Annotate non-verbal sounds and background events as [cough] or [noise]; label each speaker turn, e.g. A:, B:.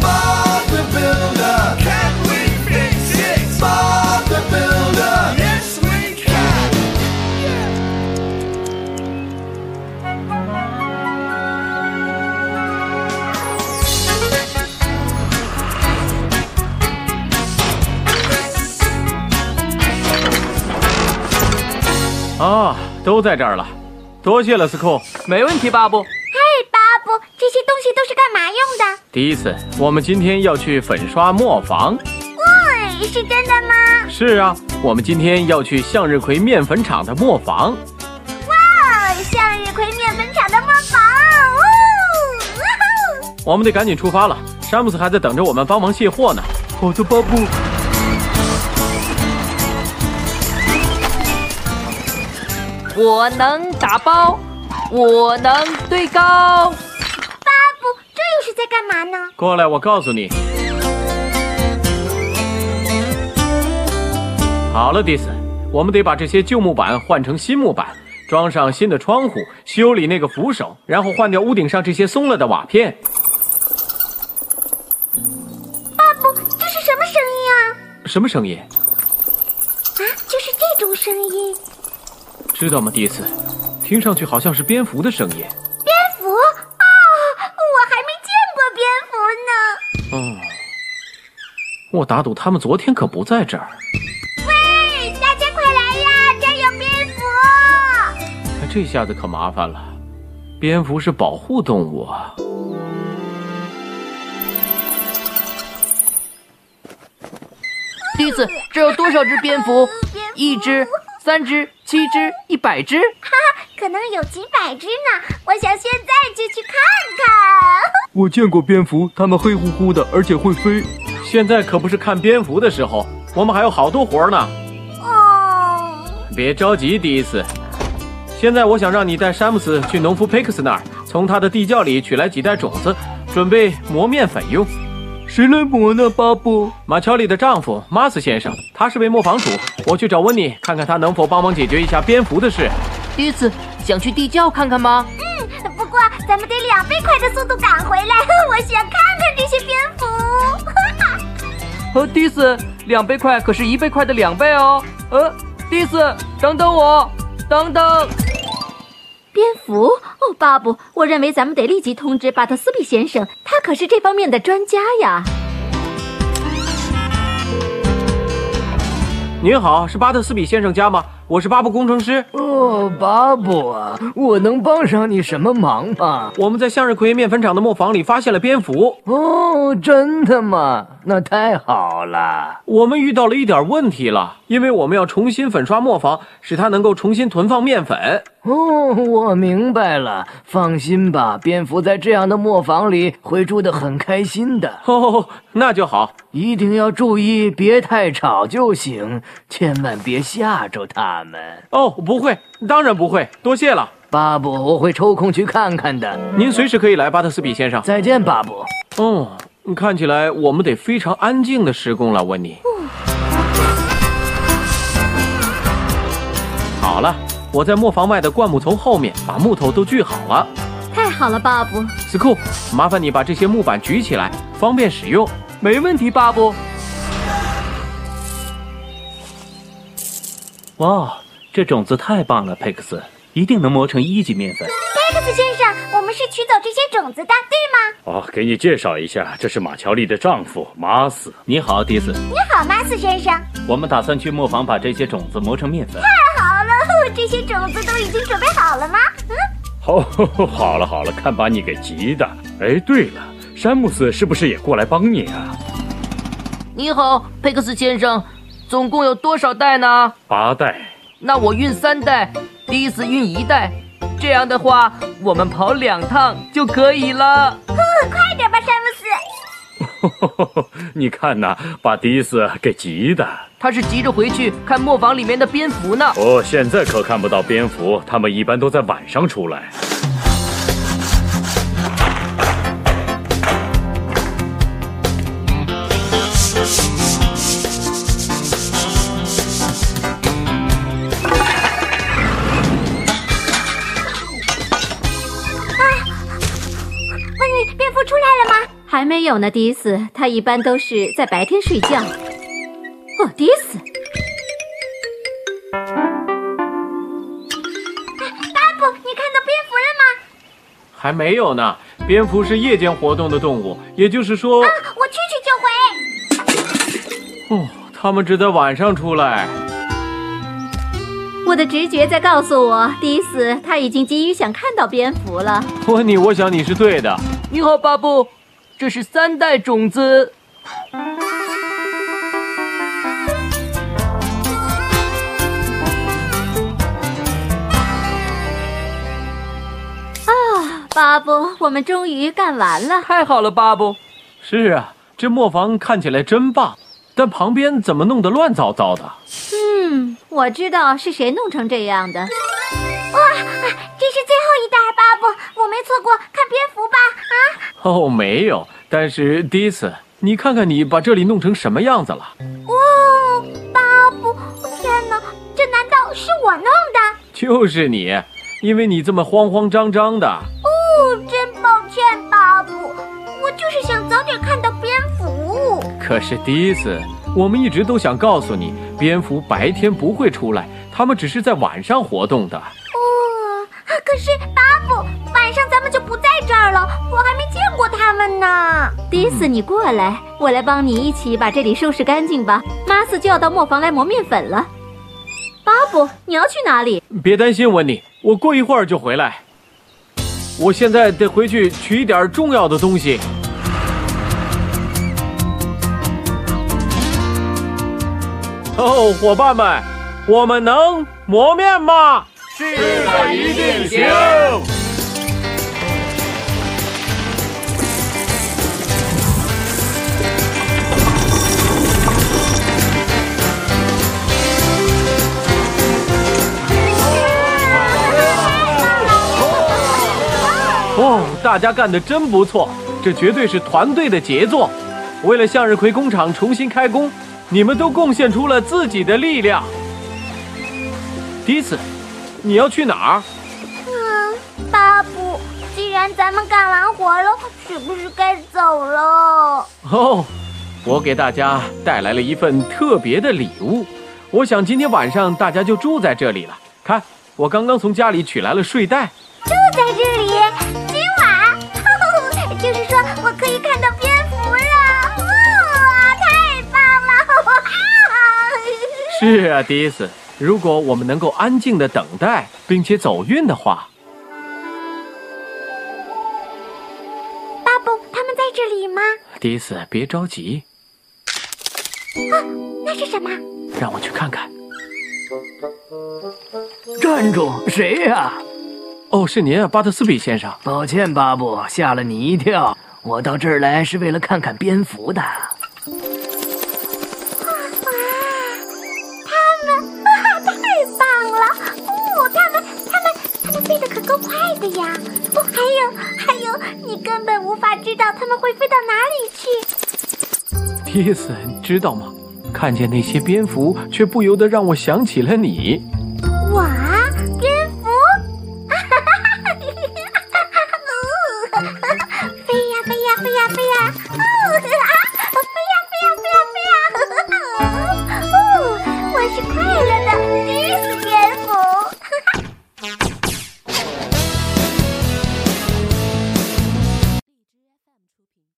A: Bob the Builder. Can we fix it? Bob the Builder. Yes, we can.
B: 啊，都在这儿了，多谢了，司扣。
C: 没问题，巴布。
D: 嘿，巴布，这些东西都是干嘛用的？
B: 第一次，我们今天要去粉刷磨坊。
D: 喂，哎是真的吗？
B: 是啊，我们今天要去向日葵面粉厂的磨坊。
D: 哇，哎向日葵面粉厂的磨坊！哦，哇哦
B: 我们得赶紧出发了，詹姆斯还在等着我们帮忙卸货呢。好的，巴布。
C: 我能嗯打包，我能堆高。
D: 巴布，这又是在干嘛呢？
B: 过来，我告诉你。好了，迪斯，我们得把这些旧木板换成新木板，装上新的窗户，修理那个扶手，然后换掉屋顶上这些松了的瓦片。
D: 巴布，这是什么声音啊？
B: 什么声音？
D: 啊，就是这种声音，
B: 知道吗，迪斯？听上去好像是蝙蝠的声音。
D: 蝙蝠啊、我还没见过蝙蝠呢。
B: 哦，我打赌他们昨天可不在这儿。
D: 喂，大家快来呀！这儿有蝙蝠！
B: 哎这下子可麻烦了，蝙蝠是保护动物啊。
C: 栗子，这有多少只蝙蝠
D: 蝙蝠？
C: 一只、三只、七只、一百只。
D: 可能有几百只呢，我想现在就去看看。
B: 我见过蝙蝠，它们黑乎乎的，而且会飞。现在可不是看蝙蝠的时候，我们还有好多活儿呢。
D: 哦，
B: 别着急，迪斯。现在我想让你带詹姆斯去农夫佩克斯那儿，从他的地窖里取来几袋种子，准备磨面粉用。谁来磨呢，巴布？马乔里的丈夫马斯先生，他是位磨坊主。我去找温妮，看看他能否帮忙解决一下蝙蝠的事。
C: 栗子，想去地窖看看吗？
D: [laughs] 不过咱们得两倍快的速度赶回来，我想看看这些蝙蝠。
C: 呃，栗子，两倍快可是一倍快的两倍哦。呃，栗子，等等我，等等。
E: 蝙蝠？哦，巴布，我认为咱们得立即通知巴特斯比先生，他可是这方面的专家呀。
B: 您好，是巴特斯比先生家吗？我是巴布工程师，
F: 哦，巴布啊，我能帮上你什么忙吗？
B: 我们在向日葵面粉厂的磨坊里发现了蝙蝠，
F: 哦，真的吗？那太好了。
B: 我们遇到了一点问题了，因为我们要重新粉刷磨坊，使它能够重新囤放面粉。 [laughs]
F: [laughs] 哦，我明白了。放心吧，蝙蝠在这样的磨坊里会住得很开心的。
B: 哦，那就好。
F: 一定要注意，别太吵就行，千万别吓着它们。
B: 哦，不会，当然不会，多谢了。
F: 巴布，我会抽空去看看的。
B: 您随时可以来，巴特斯比先生。
F: 再见，巴布。
B: 哦，看起来我们得非常安静的施工了，温妮。好了，我在磨坊外的灌木丛后面把木头都锯好了。
E: 太好了，巴布。
B: 斯库，麻烦你把这些木板举起来，方便使用。
C: 没问题，巴布。
G: 哇，这种子太棒了，佩克斯，一定能磨成一级面粉。
D: 贝克斯先生，我们是取走这些种子的，对吗？
H: 哦，给你介绍一下，这是马乔丽的丈夫马斯。
G: 你好，迪斯，
D: 你好，马斯先生。
G: 我们打算去磨坊把这些种子磨成面粉。
D: 好了，这些种子都已经准备好了吗？嗯，
H: 哦， [laughs] 好了好了，看把你给急的。哎，对了，山姆斯是不是也过来帮你啊？
C: 你好，佩克斯先生，总共有多少袋呢？
H: 八代， [laughs]
C: 那我运三袋，栗子运一袋，这样的话，我们跑两趟就可以了。
D: 快点吧，詹姆斯。
H: 你看呐，把迪斯给急的。
C: 他是急着回去看磨坊里面的蝙蝠呢。
H: 哦，现在可看不到蝙蝠，它们一般都在晚上出来。
E: 没有呢，迪斯，他一般都是在白天睡觉。哦，迪斯，啊
D: 巴布，你看到蝙蝠了吗？
B: 还没有呢。蝙蝠是夜间活动的动物，也就是说，
D: 啊，我去去就回。
B: 哦，它们只在晚上出来。
E: 我的直觉在告诉我，迪斯他已经急于想看到蝙蝠了。
B: 托尼，我想你是对的。
C: 你好，巴布，这是三代种子。
E: 巴布，哦我们终于干完了。
C: 太好了，巴布，
B: 是啊，这磨坊看起来真棒，但旁边怎么弄得乱糟糟的？
E: 嗯，我知道是谁弄成这样的。
D: 这是最后一袋，巴布，我没错过，看蝙蝠吧！啊，
B: 哦，没有。但是第一次，你看看你把这里弄成什么样子了？
D: 哇，巴布，天哪，这难道是我弄的？
B: 就是你，因为你这么慌慌张张的。
D: 哦，真抱歉，巴布，我就是想早点看到蝙蝠。
B: 可是第一次，我们一直都想告诉你，蝙蝠白天不会出来，它们只是在晚上活动的。
D: 哦，可是巴布，晚上咱们就不在这儿了，我还没见过他们呢。
E: 迪斯，你过来，我来帮你一起把这里收拾干净吧。马斯就要到磨坊来磨面粉了。巴布，你要去哪里？
B: 别担心，温妮，我过一会儿就回来。我现在得回去取一点重要的东西。哦，伙伴们，我们能磨面吗？
C: 一定行。
B: 哦，大家干得真不错，这绝对是团队的杰作。为了向日葵工厂重新开工，你们都贡献出了自己的力量。迪斯，你要去哪儿？
D: 巴布，既然咱们干完活了，是不是该走了？
B: 哦，我给大家带来了一份特别的礼物。我想今天晚上大家就住在这里了。看，我刚刚从家里取来了睡袋。
D: 在这里，今晚，就是说我可以看到蝙蝠了，哇，太棒了！ [laughs] 啊，
B: 是啊，迪斯，如果我们能够安静的等待并且走运的话，
D: 巴布，他们在这里吗？
B: 迪斯别着急，
D: 那是什么？
B: 让我去看看。
F: 站住！谁呀、哦
B: 哦，是您啊，巴特斯比先生。
F: 抱歉，巴布，吓了你一跳。我到这儿来是为了看看蝙蝠的。
D: 哇，太棒了！哦，他们，他们，他们飞得可够快的呀！哦，还有，还有，你根本无法知道他们会飞到哪里去。
B: 迪斯，你知道吗？看见那些蝙蝠，却不由得让我想起了你。
D: [laughs]